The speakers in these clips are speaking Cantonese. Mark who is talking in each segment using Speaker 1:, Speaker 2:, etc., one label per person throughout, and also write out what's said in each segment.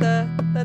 Speaker 1: 得得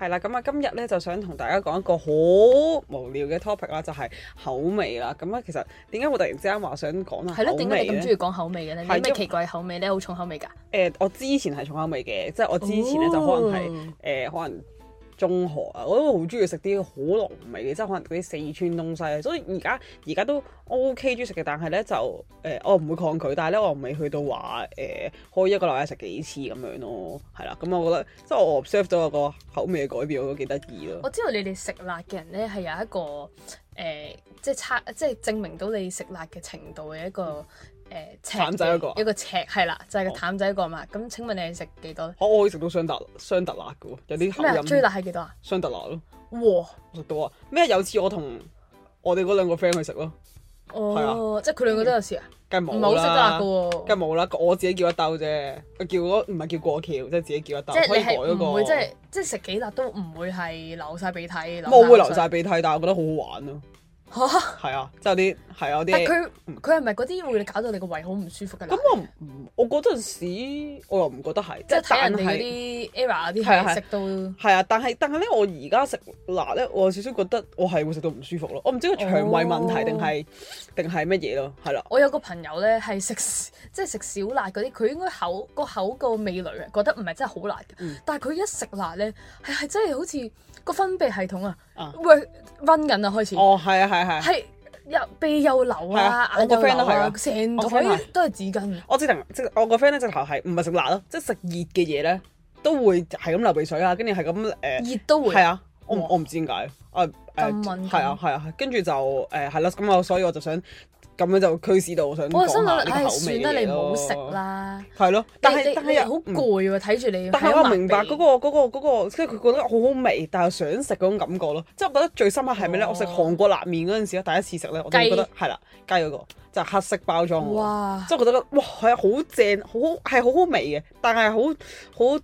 Speaker 1: 係啦，咁啊，今日咧就想同大家講一個好無聊嘅 topic 啦，就係口味啦。咁啊，其實點解我突然之間話想講下
Speaker 2: 係
Speaker 1: 口
Speaker 2: 咯，點解
Speaker 1: 味
Speaker 2: 你咁
Speaker 1: 咧
Speaker 2: 中意？講口味嘅咧？你
Speaker 1: 係因
Speaker 2: 咩奇怪口味咧？好重口味㗎。
Speaker 1: 誒、我之前係重口味嘅，即係我之前咧就可能係誒
Speaker 2: 哦、
Speaker 1: 可能中學啊，我都好中意食啲好濃味嘅，即係可能嗰啲四川東西。所以而家而家都 O K 中意食嘅，但係咧就誒、我唔會抗拒，但係咧我未去到話誒、可以一個禮拜食幾次咁樣咯，係啦。咁我覺得即係我 observe 到有個口味嘅改變，我都幾得意咯
Speaker 2: 我。知道你哋食辣嘅人咧係有一個誒、呃即係測，即係證明到你食辣嘅程度嘅一個誒尺嘅，
Speaker 1: 淡仔嗰個啊
Speaker 2: 一個尺係啦，就係、
Speaker 1: 哦
Speaker 2: 個淡仔嗰個嘛。咁請問你係食幾多咧？
Speaker 1: 我我可以食到雙特雙特辣嘅喎，有啲口
Speaker 2: 咩啊？最
Speaker 1: 音
Speaker 2: 辣係幾多啊？
Speaker 1: 雙特辣咯，
Speaker 2: 哇！
Speaker 1: 我食到啊！咩有次我同我哋嗰兩個 friend 去食咯，
Speaker 2: 哦，即係佢兩個都有事啊？
Speaker 1: 梗係
Speaker 2: 唔
Speaker 1: 冇
Speaker 2: 係好識得辣
Speaker 1: 啦
Speaker 2: 嘅。喎。
Speaker 1: 梗係冇啦，我自己叫一兜啫，我叫嗰唔係叫過橋，即係自己叫一兜，
Speaker 2: 即係
Speaker 1: 可以
Speaker 2: 你
Speaker 1: 改嗰
Speaker 2: 係
Speaker 1: 個。
Speaker 2: 唔會即係即係食幾辣都唔會係流晒鼻涕，流
Speaker 1: 我會流
Speaker 2: 晒
Speaker 1: 晒鼻涕，但係我覺得好好玩咯。
Speaker 2: 口水嚇。
Speaker 1: 係啊，即係有啲係啊有
Speaker 2: 但
Speaker 1: 啲。
Speaker 2: 佢佢係咪嗰啲會搞到你個胃好唔舒服嘅辣？
Speaker 1: 咁我唔，我嗰陣時我又唔覺得係，
Speaker 2: 即
Speaker 1: 即係
Speaker 2: 係睇
Speaker 1: 但
Speaker 2: 人哋嗰
Speaker 1: 係
Speaker 2: 啲 era 嗰啲
Speaker 1: 係係
Speaker 2: 係食到
Speaker 1: 係啊，但係但係咧，我而家食辣咧，我有少少覺得我係會食到唔舒服咯。我唔知個腸胃問題定
Speaker 2: 哦
Speaker 1: 係定係乜嘢咯，係啦。
Speaker 2: 我有個朋友咧係食即係食小辣嗰啲，佢應該口個口個味蕾啊覺得唔係真係好辣嘅，
Speaker 1: 嗯
Speaker 2: 但係佢一食辣咧係係真係好似個分泌系統啊
Speaker 1: 啊
Speaker 2: work run 緊啊開始。
Speaker 1: 哦，係啊，係啊係啊。
Speaker 2: 係又鼻又流
Speaker 1: 係啊
Speaker 2: 啊，眼
Speaker 1: 我
Speaker 2: 又
Speaker 1: 個 friend
Speaker 2: 流
Speaker 1: 都係
Speaker 2: 啊，
Speaker 1: 㗎
Speaker 2: 成
Speaker 1: 我個 friend
Speaker 2: 台都係紙巾。
Speaker 1: 我直頭即我個 friend 咧直頭係唔係食辣咯，即係食熱嘅嘢咧都會係咁流鼻水啊，跟住係咁誒。
Speaker 2: 熱都會
Speaker 1: 係啊，我唔
Speaker 2: 哇
Speaker 1: 我唔知點解啊誒，
Speaker 2: 咁敏
Speaker 1: 係
Speaker 2: 感
Speaker 1: 啊係啊，跟住就誒係啦，咁我所以我就想咁樣就驅使到我想
Speaker 2: 我
Speaker 1: 講
Speaker 2: 心
Speaker 1: 下
Speaker 2: 諗，
Speaker 1: 呢
Speaker 2: 唉，
Speaker 1: 個口
Speaker 2: 算
Speaker 1: 味
Speaker 2: 啦，
Speaker 1: 嘅嘢
Speaker 2: 你唔好
Speaker 1: 咯
Speaker 2: 食，啦。
Speaker 1: 係咯，但係
Speaker 2: 你
Speaker 1: 但
Speaker 2: 你
Speaker 1: 係又
Speaker 2: 好
Speaker 1: 嗯
Speaker 2: 攰啊喎，睇住你。
Speaker 1: 但係
Speaker 2: 係
Speaker 1: 我明白嗰、個嗰、個嗰、個，即係佢覺得好好味，但係想食嗰種感覺咯。即係我覺得最深刻係咩咧？
Speaker 2: 哦
Speaker 1: 我食韓國辣麵嗰陣時咧，第一次食咧，我就會
Speaker 2: 雞
Speaker 1: 覺得係啦，雞嗰、個就係黑色包裝嗰個，
Speaker 2: 哇！
Speaker 1: 即係我覺得哇係啊好正，好係好好味嘅，但係好好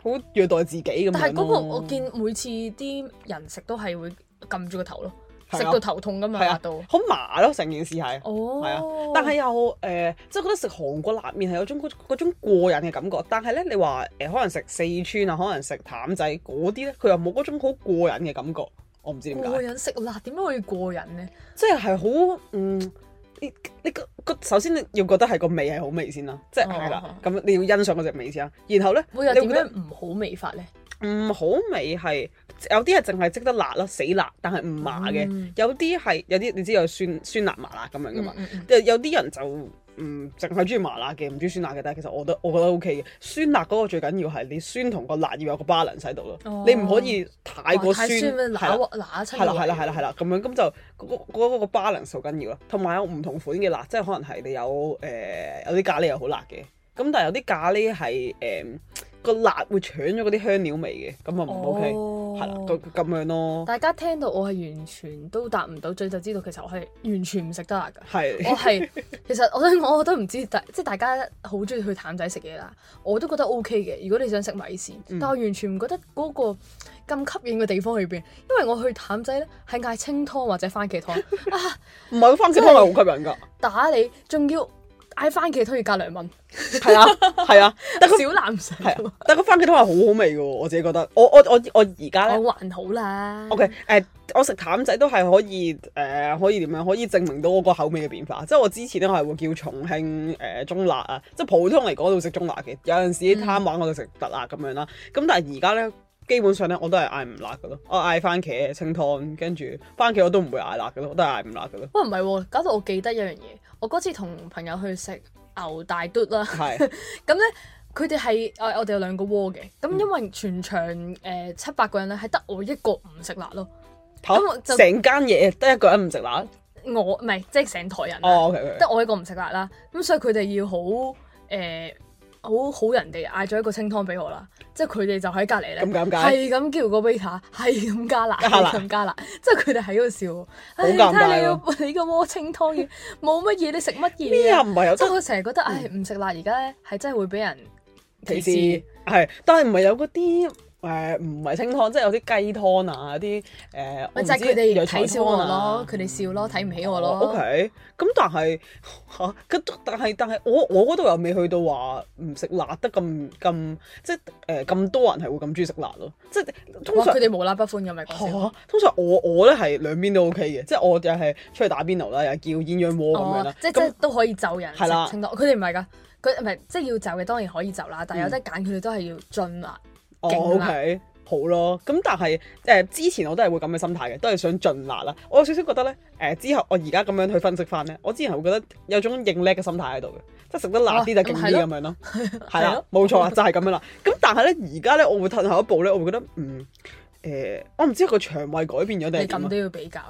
Speaker 1: 好虐待自己咁樣
Speaker 2: 但係嗰
Speaker 1: 咯
Speaker 2: 個我見每次啲人食都係會撳住個頭咯，
Speaker 1: 係啊
Speaker 2: 食到頭痛㗎嘛，
Speaker 1: 係
Speaker 2: 辣
Speaker 1: 啊
Speaker 2: 到。，
Speaker 1: 好麻咯，成件事係。
Speaker 2: 哦，
Speaker 1: 係啊，但係又誒、呃即係覺得食韓國辣麵係有種嗰嗰種過癮嘅感覺。但係咧，你話誒、呃可能食四川啊，可能食淡仔嗰啲咧，佢又冇嗰種好過癮嘅感覺。我唔知點
Speaker 2: 過
Speaker 1: 解，
Speaker 2: 癮食辣點解會過癮咧？
Speaker 1: 即係係好嗯，你你個個首先你要覺得係個味係好味先啦，即係
Speaker 2: 哦
Speaker 1: 係啦
Speaker 2: 哦，
Speaker 1: 咁你要欣賞嗰隻味先啦。然後咧，
Speaker 2: 會有
Speaker 1: 你
Speaker 2: 點
Speaker 1: 會覺得
Speaker 2: 樣唔好味法咧？
Speaker 1: 唔好味係有啲係淨係即得辣啦，死辣，但係唔麻嘅。
Speaker 2: 嗯
Speaker 1: 有啲係有啲你知有酸酸辣麻辣咁樣噶嘛。
Speaker 2: 嗯嗯嗯
Speaker 1: 有有啲人就唔淨係中意麻辣嘅，唔中意酸辣嘅，但係其實我覺得我覺得 O K 嘅。酸辣嗰個最緊要係你酸同個辣要有個 balance 喺度咯，
Speaker 2: 哦
Speaker 1: 你唔可以太過
Speaker 2: 哇太
Speaker 1: 酸，
Speaker 2: 酸咩？
Speaker 1: 係啦
Speaker 2: 乸乸親
Speaker 1: 係啦係啦係啦係
Speaker 2: 啦。
Speaker 1: 啦，咁樣咁就嗰個嗰嗰個 balance 好緊要啦。同埋有唔同款嘅辣，即係可能係你有誒、呃有啲咖喱係好辣嘅，咁但係有啲咖喱係誒個辣會搶咗嗰啲香料味嘅，咁啊唔 O K 係啦，
Speaker 2: 哦
Speaker 1: 咁咁樣咯，
Speaker 2: 大家聽到我係完全都答唔到嘴，就知道其實我係完全唔食得辣㗎。
Speaker 1: 係
Speaker 2: 我係其實我想講，我都 唔知大即係大家好中意去譚仔食嘢啦，我都覺得 O K 嘅。如果你想食米線，
Speaker 1: 嗯
Speaker 2: 但我完全唔覺得嗰個咁吸引嘅地方喺邊，因為我去譚仔咧係嗌清湯或者番茄 湯，
Speaker 1: 唔係番茄湯係好吸引㗎，
Speaker 2: 打你仲要嗌番茄湯要隔 兩蚊，
Speaker 1: 係啊係 啊，但係佢
Speaker 2: 小男食
Speaker 1: 係啊，但個番茄湯係好好味嘅喎，我自己覺得。我我我我而家咧
Speaker 2: 我還好啦。
Speaker 1: ，OK 誒、我食淡仔都係可以誒、可以點樣？可以證明到我個口味嘅變化。即係我之前咧，我係會叫重慶誒、中辣啊，即係普通嚟講我會食中辣嘅。有陣時
Speaker 2: 嗯
Speaker 1: 貪玩我就食特辣咁樣啦。咁但係而家咧。基本上咧，我都係嗌唔辣嘅咯，我嗌番茄清湯，跟住番茄我都唔會嗌辣嘅咯，我都係嗌唔辣嘅咯，
Speaker 2: 喂，唔係喎，搞到我記得一樣嘢，我嗰次同朋友去食牛大嘟啦。
Speaker 1: 係
Speaker 2: 咁咧，佢哋係誒我哋有兩個鍋嘅，
Speaker 1: 嗯
Speaker 2: 咁因為全場誒、呃七八個人咧，係得我一個唔食辣咯。咁我
Speaker 1: 嚇
Speaker 2: 就
Speaker 1: 成間嘢得一個人唔食辣，
Speaker 2: 我唔係即係成台人啊，
Speaker 1: 哦，OK OK，
Speaker 2: 得、我一個唔食辣啦。咁所以佢哋要好誒好好人哋嗌咗一個清湯俾我啦，即係佢哋就喺隔離咧，
Speaker 1: 咁尷尬
Speaker 2: 係咁叫個 waiter，係咁加辣，
Speaker 1: 加辣
Speaker 2: 係咁加辣，即係佢哋喺度笑我。唉
Speaker 1: 好尷尬
Speaker 2: 睇下 你個你個鍋清湯嘅冇乜嘢，你食乜
Speaker 1: 咩
Speaker 2: 嘢
Speaker 1: 啊？
Speaker 2: 啊？
Speaker 1: 唔係有
Speaker 2: 即
Speaker 1: 得
Speaker 2: 係我成日覺得，唉，唔食辣而家咧係真係會俾人
Speaker 1: 歧視係，但係唔係有嗰啲誒唔係清湯，即係有啲雞湯啊，有啲誒，呃我
Speaker 2: 咪
Speaker 1: 唔
Speaker 2: 就
Speaker 1: 知
Speaker 2: 係佢哋
Speaker 1: 藥
Speaker 2: 睇
Speaker 1: 材
Speaker 2: 小
Speaker 1: 湯
Speaker 2: 我
Speaker 1: 啊哦
Speaker 2: 咯，。佢哋笑咯，睇唔起我咯。
Speaker 1: O K，咁但係嚇，咁、但係但係我我嗰度又未去到話唔食辣得咁咁，即係誒咁多人係會咁中意食辣咯。即係通
Speaker 2: 哇！
Speaker 1: 常哦
Speaker 2: 佢哋無啦不歡咁咪講笑。
Speaker 1: 嚇通常我我咧係兩邊都 O K 嘅，即係我就係出去打邊爐啦，又係叫鴛鴦鍋咁樣
Speaker 2: 哦
Speaker 1: 啦，。
Speaker 2: 即即
Speaker 1: 咁
Speaker 2: 都可以就人食
Speaker 1: 係啦
Speaker 2: 清湯，佢哋唔係㗎，佢唔係即要就嘅當然可以就啦，
Speaker 1: 嗯
Speaker 2: 但係有得揀佢哋都係要盡啦。
Speaker 1: 哦
Speaker 2: 勁
Speaker 1: O
Speaker 2: 辣
Speaker 1: K。好咯，咁但係誒、呃之前我都係會咁嘅心態嘅，都係想盡辣啦。我有少少覺得咧，誒、之後我而家咁樣去分析翻咧，我之前係會覺得有種認叻嘅心態喺度嘅，即係食得辣啲就
Speaker 2: 哦
Speaker 1: 勁
Speaker 2: 咁
Speaker 1: 啲
Speaker 2: 係
Speaker 1: 咁
Speaker 2: 咯
Speaker 1: 樣 咯。係
Speaker 2: 係
Speaker 1: 啦
Speaker 2: 咯，
Speaker 1: 冇錯啊啦，就係咁樣啦。咁但係咧，而家咧，我會褪後一步咧，我會覺得嗯誒、我唔知係個腸胃改變咗定係點
Speaker 2: 你咁
Speaker 1: 啊
Speaker 2: 都要比較？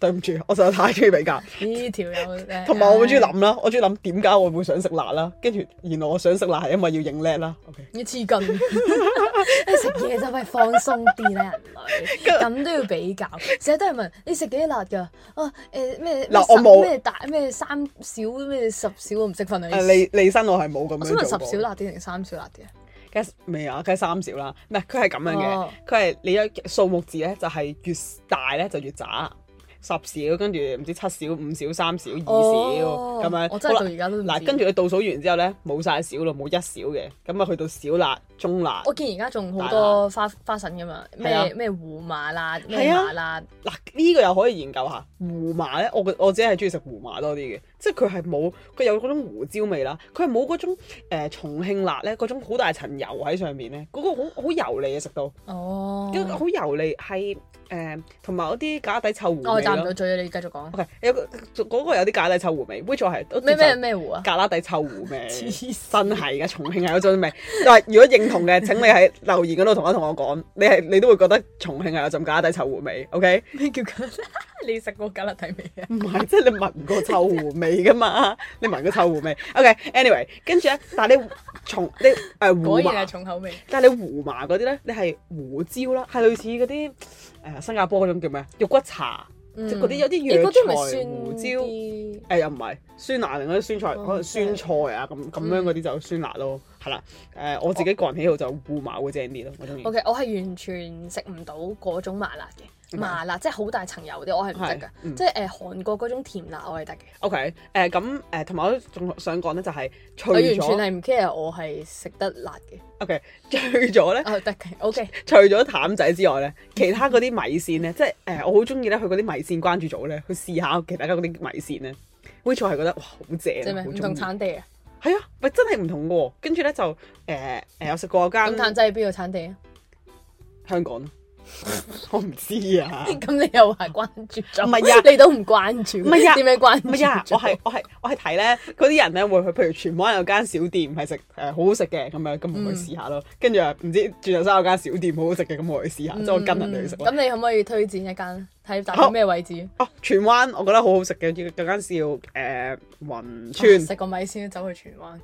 Speaker 1: 對唔住，我實在太中意比較，
Speaker 2: 呢條友真 係
Speaker 1: 同埋我好中意，諗啦，我中意諗點解我會想食辣啦，跟住原來我想食辣係因為要認叻啦。OK，
Speaker 2: 你黐筋， 你食嘢就咪放鬆啲啦，人類咁都要比較，成日都係問你食幾辣㗎？啊誒咩
Speaker 1: 嗱
Speaker 2: 咩
Speaker 1: 我
Speaker 2: 十
Speaker 1: 冇
Speaker 2: 咩大咩三小咩十小我唔識分啊！
Speaker 1: 誒你你身我係冇咁
Speaker 2: 我
Speaker 1: 樣
Speaker 2: 想
Speaker 1: 做
Speaker 2: 問
Speaker 1: 過
Speaker 2: 十小辣啲定三小辣啲啊？
Speaker 1: 梗係未啊，梗係三少啦。唔係佢係咁樣嘅
Speaker 2: 哦，
Speaker 1: 佢係、你有數目字咧，就係、越大咧就越渣。十少，跟住唔知七少、五少、三少、二少
Speaker 2: 哦
Speaker 1: 咁、樣。
Speaker 2: 我真係
Speaker 1: 好啦
Speaker 2: 到而家都唔知
Speaker 1: 嗱，跟住佢倒數完之後咧，冇晒少咯，冇一少嘅。咁啊，去到小辣、中辣。
Speaker 2: 我見而家仲好
Speaker 1: 大辣
Speaker 2: 多花花神噶嘛，
Speaker 1: 係啊
Speaker 2: 咩咩胡麻辣，
Speaker 1: 係
Speaker 2: 咩
Speaker 1: 啊
Speaker 2: 麻辣，
Speaker 1: 嗱，呢、個又可以研究下胡麻咧。我個我自己係中意食胡麻多啲嘅，即係佢係冇佢有嗰種胡椒味啦，佢係冇嗰種、呃、重慶辣咧，嗰種好大層油喺上面咧，嗰、個好好油膩啊，食到。
Speaker 2: 哦，
Speaker 1: 跟好油膩係誒，同埋嗰啲假底臭狐
Speaker 2: 我
Speaker 1: 味
Speaker 2: 答唔到
Speaker 1: 咯。
Speaker 2: 嘴啊！你繼續講
Speaker 1: O K，有個嗰個有啲假底臭狐味，which 我係都
Speaker 2: 咩
Speaker 1: 接受
Speaker 2: 咩咩胡啊？
Speaker 1: 格拉底臭狐味，
Speaker 2: 黐
Speaker 1: 真係嘅，重慶係有陣味。但係如果認同嘅，請你喺留言嗰度同一同我講， 你係你都會覺得重慶係有陣格拉底臭狐味。O K，
Speaker 2: 咩叫咖？ 你食過咖喱睇未啊？
Speaker 1: 唔係即係你聞過臭狐味噶嘛？你聞過臭狐味。O K，anyway，跟住咧，但係你重你誒
Speaker 2: 果
Speaker 1: 胡
Speaker 2: 然
Speaker 1: 麻
Speaker 2: 係。重口味。
Speaker 1: 但係你胡麻嗰啲咧，你係胡椒啦，係類似嗰啲誒新加坡嗰種叫咩肉骨茶，即係嗰啲有啲
Speaker 2: 你
Speaker 1: 藥
Speaker 2: 嗯嗰啲咪
Speaker 1: 材
Speaker 2: 算
Speaker 1: 胡椒，誒、
Speaker 2: 啲
Speaker 1: 又唔係酸辣，另外啲酸菜
Speaker 2: 哦嗯
Speaker 1: 可能酸菜啊咁咁樣嗰啲就酸辣咯，係啦。誒、我自己個人喜好就胡麻會正啲咯，我中意。
Speaker 2: OK，我係完全食唔到嗰種麻辣嘅，麻辣即係好大層油啲，我係唔得
Speaker 1: 係嗯
Speaker 2: 㗎。即係誒韓國嗰種甜辣我係得嘅，
Speaker 1: O K，誒咁誒，同埋我仲想講咧就係除
Speaker 2: 我完全
Speaker 1: 咗
Speaker 2: 係唔 care 我係食得辣嘅。
Speaker 1: O K，除 咗咧。
Speaker 2: 啊得嘅，OK，
Speaker 1: 除咗譚仔之外咧，其他嗰啲米線咧，即係誒、我好中意咧，去嗰啲米線關注組咧，去試下其他嗰啲米線咧，which 我係覺得哇好正
Speaker 2: 即係
Speaker 1: 啊，
Speaker 2: 咩
Speaker 1: 好
Speaker 2: 唔同
Speaker 1: 中意。
Speaker 2: 產地啊？
Speaker 1: 係啊，咪真係唔同嘅喎。跟住咧就誒誒、我食過間
Speaker 2: 咁淡仔係邊個產地啊？
Speaker 1: 香港， 我唔知啊。
Speaker 2: 咁你又話關注咗？
Speaker 1: 唔係啊
Speaker 2: 你都唔關注，
Speaker 1: 唔係啊
Speaker 2: 點樣關
Speaker 1: 唔
Speaker 2: 注？
Speaker 1: 係 啊，我係我係我係睇咧，嗰啲人咧會去，譬如荃灣有間小店係食誒好好食嘅咁樣，咁我去試下咯。跟住啊唔知鑽石山有間小店好好食嘅，咁我去試下，即係我跟人哋去食咯。
Speaker 2: 嗯咁你可唔可以推薦一間？睇大
Speaker 1: 好
Speaker 2: 概咩位置？
Speaker 1: 哦，荃灣我覺得好好食嘅，有間叫誒、雲
Speaker 2: 啊
Speaker 1: 村，
Speaker 2: 食個米先，走去荃灣。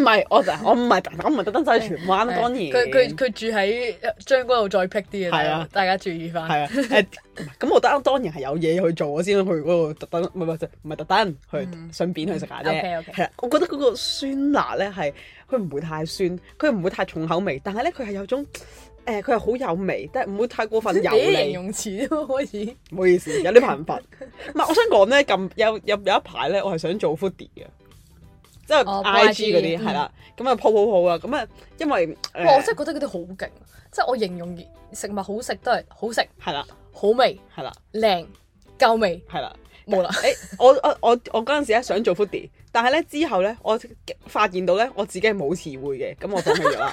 Speaker 1: 唔係我就我唔係我唔係特登走去荃灣，當
Speaker 2: 係
Speaker 1: 然
Speaker 2: 佢佢佢住喺將軍澳再僻啲嘅，
Speaker 1: 係
Speaker 2: 大
Speaker 1: 啊
Speaker 2: 家大家注意翻。
Speaker 1: 係啊，誒咁我得當然係有嘢去做，我先去嗰度特登，唔係唔係唔係特登去，順便去食下啫。
Speaker 2: 嗯 OK，OK
Speaker 1: 係啦，啊我覺得嗰個酸辣咧係佢唔會太酸，佢唔會太重口味，但係咧佢係有種誒佢係好有味，但係唔會太過分油
Speaker 2: 你形
Speaker 1: 膩。
Speaker 2: 容詞都可以。
Speaker 1: 唔好意思，有啲貧乏。唔係，我想講咧，近有有有一排咧，我係想做 foodie 嘅。即係
Speaker 2: 哦
Speaker 1: I G 嗰啲
Speaker 2: YG 嗯
Speaker 1: 係啦，咁啊 po po po 啊，咁啊因為
Speaker 2: 哇！我
Speaker 1: 誒
Speaker 2: 真係覺得嗰啲好勁，即係我形容食物好食都係好食、
Speaker 1: 係啦
Speaker 2: 好味、
Speaker 1: 係啦
Speaker 2: 靚、夠味，
Speaker 1: 係啦，
Speaker 2: 冇啦。
Speaker 1: 誒，我我我我嗰陣時咧啊想做 foodie，但係咧之後咧，我發現到咧我自己係冇詞彙嘅，咁我放棄咗 啦。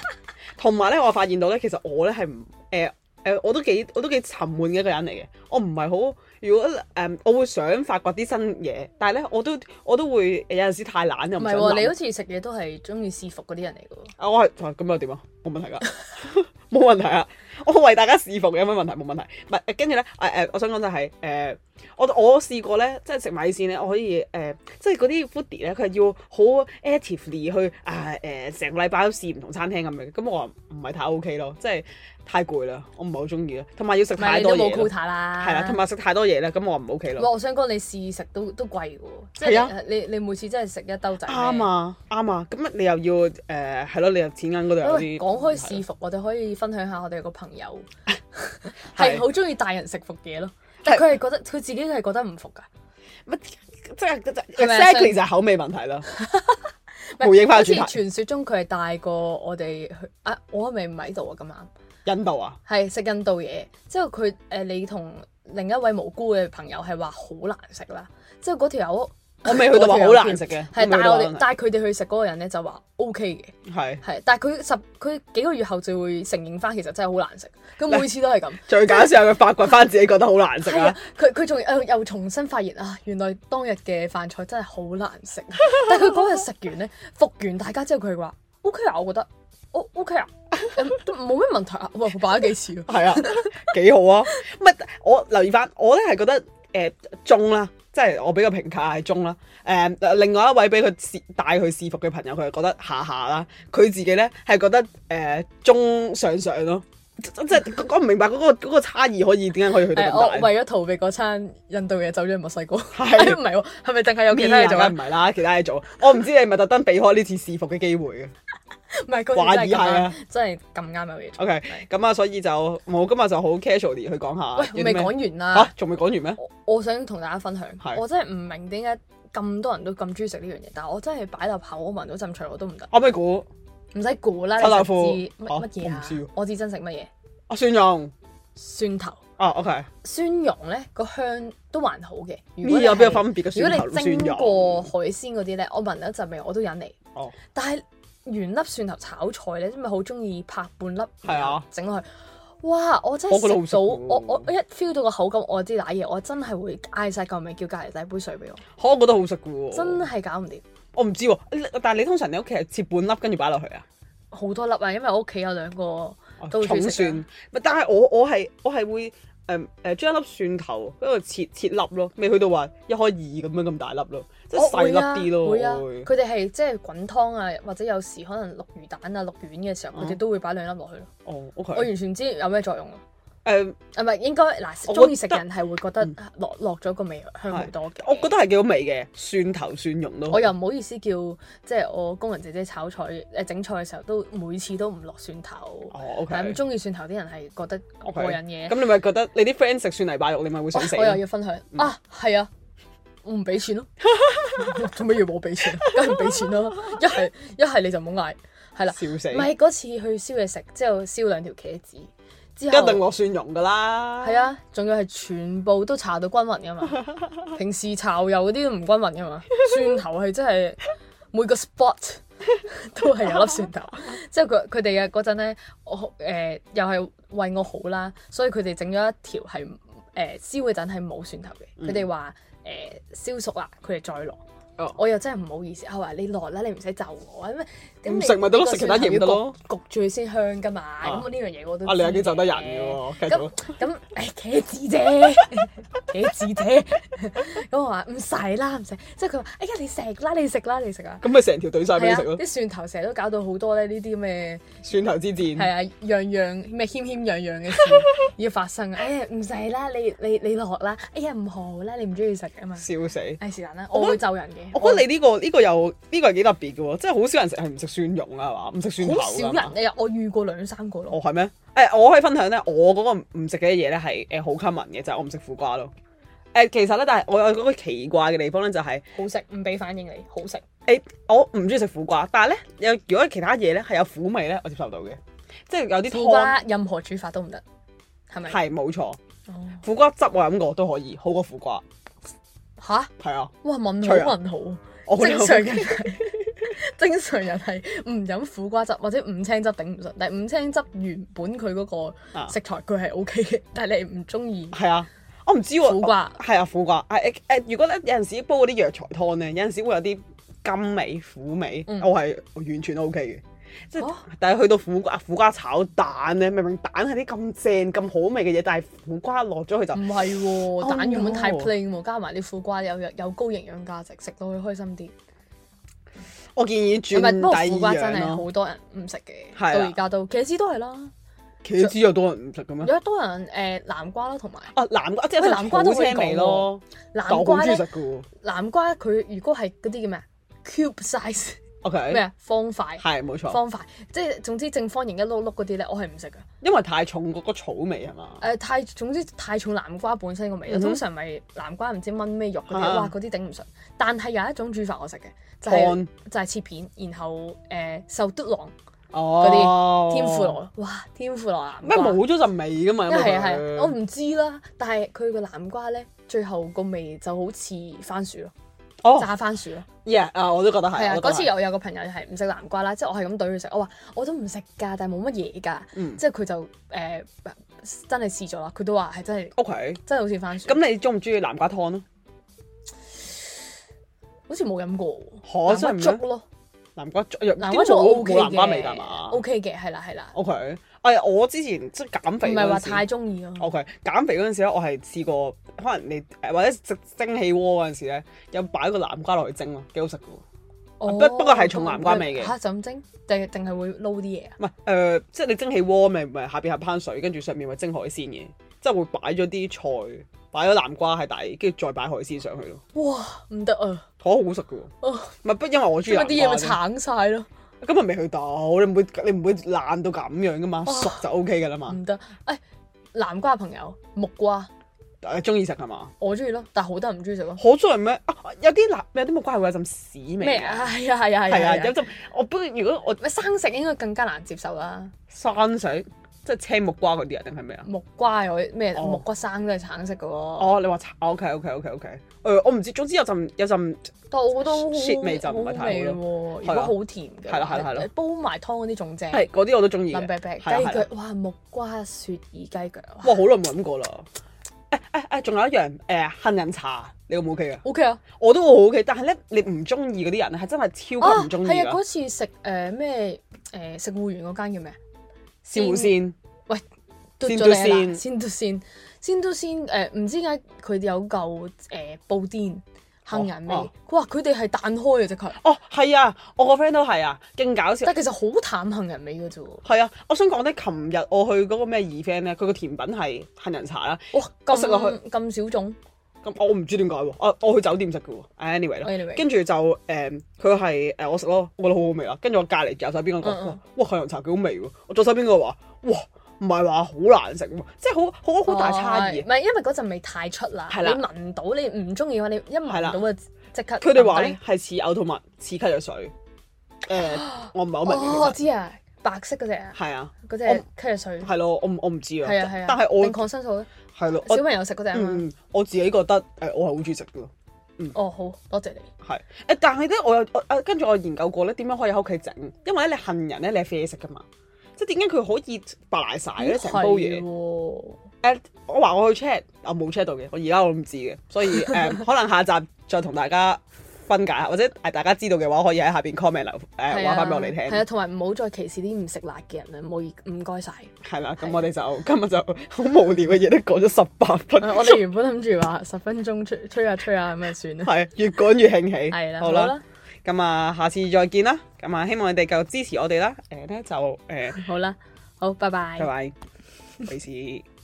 Speaker 1: 同埋咧，我發現到咧，其實我咧係唔誒誒，我都幾我都幾沉悶嘅一個人嚟嘅。我唔係好，如果誒、我會想發掘啲新嘢，但係咧我都我都會有陣時太懶又
Speaker 2: 唔
Speaker 1: 唔
Speaker 2: 係
Speaker 1: 想
Speaker 2: 喎，
Speaker 1: 諗
Speaker 2: 你好似食嘢都係中意試服嗰啲人嚟嘅喎。
Speaker 1: 啊，我係啊咁又點啊？冇問題㗎， 冇問題啊！我為大家侍奉有咩問題？冇問題。唔係跟住咧，誒、誒、我想講就係、誒、我我試過咧，即係食米線咧，我可以誒、呃即係嗰啲 foodie 咧，佢係要好 actively 去啊誒，成、個禮拜都試唔同餐廳咁樣。咁我話唔係太 OK 咯，即係太攰啦，我唔係好中意啦，同埋要食
Speaker 2: 唔係
Speaker 1: 太
Speaker 2: 你都
Speaker 1: 多
Speaker 2: 冇
Speaker 1: 嘢咯，
Speaker 2: quota 啦，
Speaker 1: 係啦，同埋食太多嘢咧，咁我話唔 OK
Speaker 2: 唔
Speaker 1: 咯。
Speaker 2: 係我想講你試食都都貴嘅喎，即
Speaker 1: 係啊
Speaker 2: 係你你每次真係食一兜仔咧
Speaker 1: 啱！啊，啱啊，咁你又要誒係咯，你又錢銀嗰度有
Speaker 2: 喂，
Speaker 1: 啲
Speaker 2: 講開
Speaker 1: 係
Speaker 2: 試服，我哋可以分享下我哋有個朋友
Speaker 1: 係
Speaker 2: 係好中意大人食服嘢咯，但佢係覺得佢自己係覺得唔服㗎。
Speaker 1: 乜即係即係
Speaker 2: 係咪啊
Speaker 1: exactly 就係口味問題 啦。
Speaker 2: 唔係
Speaker 1: 回應返
Speaker 2: 好似
Speaker 1: 轉頭
Speaker 2: 傳説中佢係大過我哋去啊，我係咪唔喺度啊？咁啱。
Speaker 1: 印度啊，
Speaker 2: 係食印度嘢，之後佢誒、呃你同另一位無辜嘅朋友係話好難食啦，之後嗰條友
Speaker 1: 我未去到話好難食嘅，
Speaker 2: 係
Speaker 1: 未
Speaker 2: 帶
Speaker 1: 去到
Speaker 2: 我
Speaker 1: 話
Speaker 2: 哋帶佢哋去食嗰個人咧就話 O K 嘅，
Speaker 1: 係
Speaker 2: 係，但係佢十佢幾個月後就會承認翻其實真係好難食，佢每次都係咁，
Speaker 1: 最搞笑係佢發掘翻自己覺得好難食
Speaker 2: 係
Speaker 1: 啊
Speaker 2: 啊！，佢佢仲又又重新發現啊，原來當日嘅飯菜真係好難 食，但係佢嗰日食完咧，服完大家之後佢話 O K 啊，我覺得 O O K 啊，嗯都冇咩問題啊，哇，我擺咗幾次咯，
Speaker 1: 係啊，幾好啊！唔係我留意翻，我咧係覺得誒、呃中啦，即係我俾個評價係中啦。誒、另外一位俾佢試帶佢試服嘅朋友，佢係覺得下下啦，佢自己咧係覺得誒、呃中上上咯。即即係講唔明白嗰、個嗰個差異可以點解可以去到
Speaker 2: 誒，
Speaker 1: 咁
Speaker 2: 我
Speaker 1: 大？
Speaker 2: 為咗逃避嗰餐印度嘢，走咗去墨西哥。
Speaker 1: 係
Speaker 2: 誒唔係喎，係咪淨係有其他嘢做
Speaker 1: 邊
Speaker 2: 啊
Speaker 1: 啊？梗係唔係啦，其他嘢做。我唔知你係咪特登避開呢次試服嘅機會啊嘅。
Speaker 2: 唔係嗰次真係
Speaker 1: 懷疑係
Speaker 2: 咁
Speaker 1: 啊
Speaker 2: 啱，真係咁啱有嘢做。
Speaker 1: OK，咁啊，所以就我今日就好 casually 去講下。
Speaker 2: 喂，未講完
Speaker 1: 嚇，
Speaker 2: 啦
Speaker 1: 啊，仲未講完咩？
Speaker 2: 我我想同大家分享
Speaker 1: 係，
Speaker 2: 我真係唔明點解咁多人都咁中意食呢樣嘢，但係我真係擺入口，我聞到陣除我都唔得，
Speaker 1: 我咪啊估
Speaker 2: 唔使估啦，你
Speaker 1: 臭豆
Speaker 2: 就
Speaker 1: 腐
Speaker 2: 知乜
Speaker 1: 嚇
Speaker 2: 乜嘢
Speaker 1: 我唔知喎
Speaker 2: 啊？我至真食乜嘢？
Speaker 1: 啊蒜蓉
Speaker 2: 蒜頭、
Speaker 1: 啊，OK。
Speaker 2: 蒜蓉咧個香都還好嘅。如
Speaker 1: 呢
Speaker 2: 果你
Speaker 1: 有邊有
Speaker 2: 係
Speaker 1: 分別嘅
Speaker 2: 如
Speaker 1: 蒜
Speaker 2: 果
Speaker 1: 頭
Speaker 2: 你
Speaker 1: 蒜
Speaker 2: 蒸
Speaker 1: 蓉
Speaker 2: 過？海鮮嗰啲咧，我聞到一陣味我都忍你。
Speaker 1: 哦，
Speaker 2: 但係原粒蒜頭炒菜咧，真係好中意拍半粒，
Speaker 1: 係啊，
Speaker 2: 整落去。哇！我真
Speaker 1: 我覺得好食
Speaker 2: 係食到
Speaker 1: 喎
Speaker 2: 我我我一 feel 到個口感，我知奶嘢，我真係會嗌晒救命，叫隔離遞杯水俾我，
Speaker 1: 嚇我覺得好食嘅喎。
Speaker 2: 真係搞唔掂，
Speaker 1: 我唔知喎，但係你通常你屋企係切半粒跟住擺落去啊？
Speaker 2: 好多粒啊！因為我屋企有兩個
Speaker 1: 哦
Speaker 2: 都好中
Speaker 1: 重
Speaker 2: 意食啊
Speaker 1: 蒜，
Speaker 2: 㗎
Speaker 1: 咪但係我我係我係會誒誒將一粒蒜頭嗰度切切粒咯，未去到話一開二咁樣咁大粒咯，即係
Speaker 2: 我
Speaker 1: 細
Speaker 2: 會
Speaker 1: 粒
Speaker 2: 啊
Speaker 1: 啲咯。
Speaker 2: 會啊！
Speaker 1: 我會
Speaker 2: 佢哋係即係滾湯啊，或者有時可能淥魚蛋啊、淥丸嘅時候，佢哋都會擺兩粒落去咯。
Speaker 1: 哦
Speaker 2: 我
Speaker 1: ，OK。
Speaker 2: 完全唔知有咩作用啊！
Speaker 1: 誒，
Speaker 2: 啊唔係應該
Speaker 1: 我
Speaker 2: 嗱，中意食
Speaker 1: 覺得
Speaker 2: 人係會覺得落落咗個味香好多嘅。
Speaker 1: 我覺得係幾好味嘅，蒜頭蒜蓉都。
Speaker 2: 我又唔好意思叫，即係我工人姐姐炒菜誒整菜嘅時候，都每次都唔落蒜頭。
Speaker 1: 哦，OK。
Speaker 2: 係咁中意蒜頭啲人係覺得過
Speaker 1: OK
Speaker 2: 癮嘅。
Speaker 1: 咁你咪覺得你啲 friend 食蒜泥白肉，你咪會想死嗯
Speaker 2: 我又
Speaker 1: 咯。
Speaker 2: 要分享啊，係啊，我唔俾 錢咯，做乜要我俾錢？梗係唔俾錢啦！一係一係你就唔好嗌，係啦。
Speaker 1: 笑死！
Speaker 2: 唔係嗰次去燒嘢食之後，燒兩條茄子之
Speaker 1: 一定
Speaker 2: 後。
Speaker 1: 落蒜蓉噶啦。
Speaker 2: 係啊，仲要係全部都搽到均 勻噶嘛，平時搽油嗰啲都唔均勻噶嘛，蒜頭係真係每 個 spot 都係有粒蒜頭，即係佢佢哋嘅嗰陣咧，我誒、呃又係為我好啦，所以佢哋整咗一條係誒、呃、燒嗰陣係冇蒜頭
Speaker 1: 嗯
Speaker 2: 嘅，佢哋話誒燒熟啦，佢哋再落。
Speaker 1: 哦
Speaker 2: 我又真係唔好意思，我話你落啦，你唔使就我啊，因為咁
Speaker 1: 唔
Speaker 2: 你
Speaker 1: 食咪得咯
Speaker 2: 個
Speaker 1: 食其他
Speaker 2: 蒜頭
Speaker 1: 嘢咪得
Speaker 2: 要
Speaker 1: 咯
Speaker 2: 焗，焗住先香噶嘛。咁呢樣嘢我都
Speaker 1: 啊，你有幾
Speaker 2: 知
Speaker 1: 就得人
Speaker 2: 嘅
Speaker 1: 嘅喎，繼續
Speaker 2: 嗯咁。咁誒茄子啫，茄子啫。咁我話唔使啦，唔使。即係佢話：哎呀，你食啦，你食啦，你食啊！
Speaker 1: 咁咪成條懟晒俾
Speaker 2: 係
Speaker 1: 你
Speaker 2: 啊
Speaker 1: 食，咯，
Speaker 2: 啲蒜頭成日都搞到好多咧呢啲咩
Speaker 1: 蒜頭之
Speaker 2: 係
Speaker 1: 戰。
Speaker 2: 啊，樣樣咩謙謙樣樣嘅事 要發生啊！哎呀，唔使啦，你你你落啦，哎呀唔好啦，你唔中意食啊嘛。
Speaker 1: 笑死！
Speaker 2: 哎是但啦，
Speaker 1: 我
Speaker 2: 我
Speaker 1: 覺
Speaker 2: 會咒人嘅。
Speaker 1: 我覺得你呢個呢個又呢個係幾特別嘅喎，即係好少人食係唔食蒜蓉啊啦，係嘛？唔食蒜頭
Speaker 2: 好少
Speaker 1: 㗎嘛
Speaker 2: 人，哎呀我遇過兩三個
Speaker 1: 哦
Speaker 2: 咯。
Speaker 1: 係咩？誒，我可以分享咧，我嗰個唔食嘅嘢咧係誒好 common 嘅，就係我唔食苦瓜咯。誒，其實咧，但係我有嗰個奇怪嘅地方咧，就係
Speaker 2: 好食，唔俾反應你，好食。
Speaker 1: 誒我唔中意食苦瓜，但係咧有如果其他嘢咧係有苦味咧，我接受到嘅，即係有啲
Speaker 2: 苦
Speaker 1: 湯
Speaker 2: 瓜任何煮法都唔得，係咪？
Speaker 1: 係冇錯，
Speaker 2: 哦
Speaker 1: 苦瓜汁啊我飲過都可以，好過苦瓜，
Speaker 2: 吓？
Speaker 1: 係啊，
Speaker 2: 哇！問
Speaker 1: 吹啊
Speaker 2: 好問好。
Speaker 1: 我覺得
Speaker 2: 正常人係 正常人係唔飲苦瓜汁或者五青汁頂唔順，但係五青汁原本佢嗰
Speaker 1: 啊
Speaker 2: 個食材佢係 O K 嘅， 但係你唔中意
Speaker 1: 係啊，我唔知喎。
Speaker 2: 苦瓜
Speaker 1: 係啊，苦瓜。誒誒誒，如果咧有陣時煲嗰啲藥材湯咧，有陣時會有啲甘味、苦味，
Speaker 2: 嗯
Speaker 1: 我係完全 O K 嘅。即係
Speaker 2: 哦
Speaker 1: 但係去到苦瓜苦瓜炒蛋咧，明明蛋係啲咁正咁好味嘅嘢，但係苦瓜落咗去就
Speaker 2: 唔係喎，蛋
Speaker 1: no
Speaker 2: 原本太 plain 喎，加埋啲苦瓜有有高營養價值，食到佢開心啲。
Speaker 1: 我建議轉
Speaker 2: 唔係，不過苦
Speaker 1: 第
Speaker 2: 瓜
Speaker 1: 二
Speaker 2: 真係
Speaker 1: 樣咯。
Speaker 2: 好多人唔食嘅，
Speaker 1: 係啊啊
Speaker 2: 到而家都茄子都係啦，
Speaker 1: 茄子有多人唔食嘅
Speaker 2: 有
Speaker 1: 咩？
Speaker 2: 一多人誒南瓜啦，同埋
Speaker 1: 啊，南瓜即係
Speaker 2: 喂南瓜都
Speaker 1: 好
Speaker 2: 可以
Speaker 1: 青味咯，但
Speaker 2: 南
Speaker 1: 我好
Speaker 2: 瓜
Speaker 1: 中意
Speaker 2: 咧
Speaker 1: 食，嘅喎。
Speaker 2: 南瓜佢如果係嗰啲叫咩啊？cube size 咩
Speaker 1: OK，
Speaker 2: 啊？方塊。
Speaker 1: 係冇錯，
Speaker 2: 方塊，即係總之正方形一碌碌嗰啲咧，我係唔食嘅。誒、
Speaker 1: 因為太重嗰個草味係嘛？
Speaker 2: 太總之太重南瓜本身個味啦，啊
Speaker 1: 嗯哼
Speaker 2: 通常咪南瓜唔知炆咩肉嗰啲，
Speaker 1: 啊
Speaker 2: 哇嗰啲頂唔順。但係有一種煮法我食嘅，就係、
Speaker 1: 乾
Speaker 2: 就係切片，然後誒瘦嘟朗
Speaker 1: 哦，
Speaker 2: 天婦羅，哇天婦羅南
Speaker 1: 咩
Speaker 2: 瓜
Speaker 1: 冇咗陣味㗎嘛？
Speaker 2: 一
Speaker 1: 因為
Speaker 2: 係啊係
Speaker 1: 佢
Speaker 2: 啊，我唔知啦。但係佢個南瓜咧，最後個味就好似番薯咯，
Speaker 1: 哦
Speaker 2: 炸番薯咯。
Speaker 1: ，yeah 啊，我都覺得係。
Speaker 2: 係啊，
Speaker 1: 我都
Speaker 2: 嗰
Speaker 1: 覺得
Speaker 2: 次
Speaker 1: 係
Speaker 2: 我有個朋友係唔食南瓜啦，即係我係咁對佢食，我話我都唔食㗎，但係冇乜嘢㗎。
Speaker 1: 嗯
Speaker 2: 即係佢就誒真係試咗啦，佢都話係真係
Speaker 1: OK。
Speaker 2: 真係好似番薯，咁
Speaker 1: 咁你中唔中意南瓜湯咧？啊
Speaker 2: 好似冇飲過喎。
Speaker 1: 可真係唔
Speaker 2: 南瓜
Speaker 1: 得
Speaker 2: 粥咯，
Speaker 1: 南瓜粥，
Speaker 2: 南瓜粥 O K
Speaker 1: 冇南瓜味㗎
Speaker 2: 嘅
Speaker 1: 嘛
Speaker 2: ，O K 嘅係啦係啦，
Speaker 1: ？OK，哎呀，我之前即係減
Speaker 2: 唔
Speaker 1: 肥嗰陣時，哦
Speaker 2: 係話太中意啊咯。
Speaker 1: OK，減肥嗰陣時咧，我係試過，可能你誒或者食蒸汽鍋嗰陣時咧，有擺個南瓜落去蒸咯，啊幾好食嘅喎。
Speaker 2: 哦
Speaker 1: 不不過係重南瓜味嘅
Speaker 2: 嚇就咁蒸，定定係會撈啲嘢啊？
Speaker 1: 唔係誒，即係你蒸汽鍋咪咪下邊係烹水，跟住上面咪蒸海鮮嘅，即係會擺咗啲菜，擺咗南瓜喺底，跟住再擺海鮮上去咯，
Speaker 2: 哇，唔得啊！
Speaker 1: 好好食嘅喎。
Speaker 2: 哦，
Speaker 1: 唔係啊不因為我中意
Speaker 2: 咁
Speaker 1: 南
Speaker 2: 啲嘢
Speaker 1: 瓜
Speaker 2: 咪
Speaker 1: 啫。
Speaker 2: 橙晒咯，
Speaker 1: 咁啊咪未去到，你唔會你唔會爛到咁樣噶嘛，熟就 O K 噶啦嘛。
Speaker 2: 唔得。誒，南瓜朋友木瓜
Speaker 1: 誒中意食係嘛？
Speaker 2: 我中意咯，但係好多人唔中意食咯。
Speaker 1: 可中意咩？啊有啲南有啲木瓜係會有陣屎味
Speaker 2: 咩
Speaker 1: 嘅，
Speaker 2: 啊？係啊係啊
Speaker 1: 係
Speaker 2: 係
Speaker 1: 啊
Speaker 2: 啊！
Speaker 1: 有陣我不過如果我
Speaker 2: 咩生食應該更加難接受啦。
Speaker 1: 生水，即係青木瓜嗰啲啊，定係咩啊？
Speaker 2: 木瓜有咩
Speaker 1: 哦
Speaker 2: 木瓜生都係橙色嘅喎，
Speaker 1: 哦，你話炒，OK OK OK OK，誒、我唔知，總之有陣有陣
Speaker 2: 但我覺得好
Speaker 1: shit 味就唔係
Speaker 2: 好
Speaker 1: 太
Speaker 2: 味喎。
Speaker 1: 好咯
Speaker 2: 如果
Speaker 1: 係啊
Speaker 2: 好甜嘅，
Speaker 1: 係啦係啦係啦，
Speaker 2: 煲埋湯嗰啲仲正。
Speaker 1: 係嗰啲我都中意嘅，
Speaker 2: 淋啤啤
Speaker 1: 係啦
Speaker 2: 雞，腳，哇！木瓜雪耳雞腳
Speaker 1: 哇，好耐冇飲過啦。誒誒誒，仲有一樣誒、杏仁茶，你有冇 OK 啊？
Speaker 2: ，O K 啊，
Speaker 1: 我都好 OK，但係咧你唔中意嗰啲人咧係真係超級唔中意
Speaker 2: 係啊！
Speaker 1: 㗎
Speaker 2: 嗰。次食誒咩誒食護園嗰間叫咩？
Speaker 1: 鮮芋仙
Speaker 2: 嘟
Speaker 1: 先
Speaker 2: 咗
Speaker 1: 嘟
Speaker 2: 你啦，
Speaker 1: 先
Speaker 2: 先嘟先，先嘟先誒，呃唔知點解佢哋有嚿誒布甸杏仁味
Speaker 1: 哦，
Speaker 2: 哇！佢哋係彈開嘅即刻，
Speaker 1: 哦，係啊，我個 friend 都係啊，勁搞笑。
Speaker 2: 但其實好淡杏仁味嘅啫喎。
Speaker 1: 係啊，我想講咧，琴日我去嗰個咩二 friend 咧，佢個甜品係杏仁茶啦。
Speaker 2: 哇！
Speaker 1: 我
Speaker 2: 咁
Speaker 1: 食落去
Speaker 2: 咁少種，
Speaker 1: 咁我唔知點解喎，我我去酒店食嘅喎，anyway 啦
Speaker 2: Anyway
Speaker 1: 跟住就誒佢係誒我食咯，我覺得好好味啊啦。跟住我隔離右手邊嗰個
Speaker 2: 嗯嗯
Speaker 1: 話，哇杏仁茶幾好味喎，我左手邊嗰個話，哇唔係話好難食喎，即係好好好大差異
Speaker 2: 唔。哦係因為嗰陣味太出啦，你
Speaker 1: 係啦
Speaker 2: 聞到你唔中意嘅話，你一
Speaker 1: 係
Speaker 2: 聞
Speaker 1: 啦
Speaker 2: 到就即刻。
Speaker 1: 佢哋話咧，係似嘔吐物，似咳藥水。誒、我唔係好明
Speaker 2: 哦，我
Speaker 1: 嘅，其實
Speaker 2: 知啊，白色嗰只啊，
Speaker 1: 係啊，
Speaker 2: 嗰只
Speaker 1: 我
Speaker 2: 咳藥水，
Speaker 1: 係咯，我唔我唔知啊
Speaker 2: 係啊係啊。。
Speaker 1: 但係我
Speaker 2: 定抗生素咧，
Speaker 1: 係咯，
Speaker 2: 小
Speaker 1: 我
Speaker 2: 朋友食嗰只啊嘛。
Speaker 1: 嗯我自己覺得誒、我係好中意食嘅咯。
Speaker 2: 哦，好多謝你。
Speaker 1: 係誒，但係咧，我有我誒，跟住我研究過咧，點樣可以喺屋企整？因為咧，你杏仁咧，你係啡色噶嘛，即係點解佢可以白賴晒咧啊成煲
Speaker 2: 係
Speaker 1: 嘢？誒、
Speaker 2: 喎
Speaker 1: 我話我去 check，我冇 check 到嘅，我而家我都唔知嘅，所以誒、 可能下集再同大家分解下，或者誒大家知道嘅話，可以喺下邊 comment 留誒
Speaker 2: 係
Speaker 1: 話
Speaker 2: 啊
Speaker 1: 翻俾我哋
Speaker 2: 係啊，
Speaker 1: 聽，
Speaker 2: 同埋唔好再歧視啲唔食辣嘅人啦，冇唔 該晒。
Speaker 1: 係啦。咁我哋就今日就好無聊嘅嘢都講咗十八分，
Speaker 2: 啊我哋原本諗住話十分鐘吹吹下吹下咁就算啦。
Speaker 1: 係越講越興起，
Speaker 2: 係啦，
Speaker 1: 好
Speaker 2: 好
Speaker 1: 啦
Speaker 2: 啦，，
Speaker 1: 咁啊，下次再見啦，咁啊，希望你哋繼續支持我哋啦，誒、咧就誒。
Speaker 2: 好啦，好，拜拜
Speaker 1: 拜。拜，費事。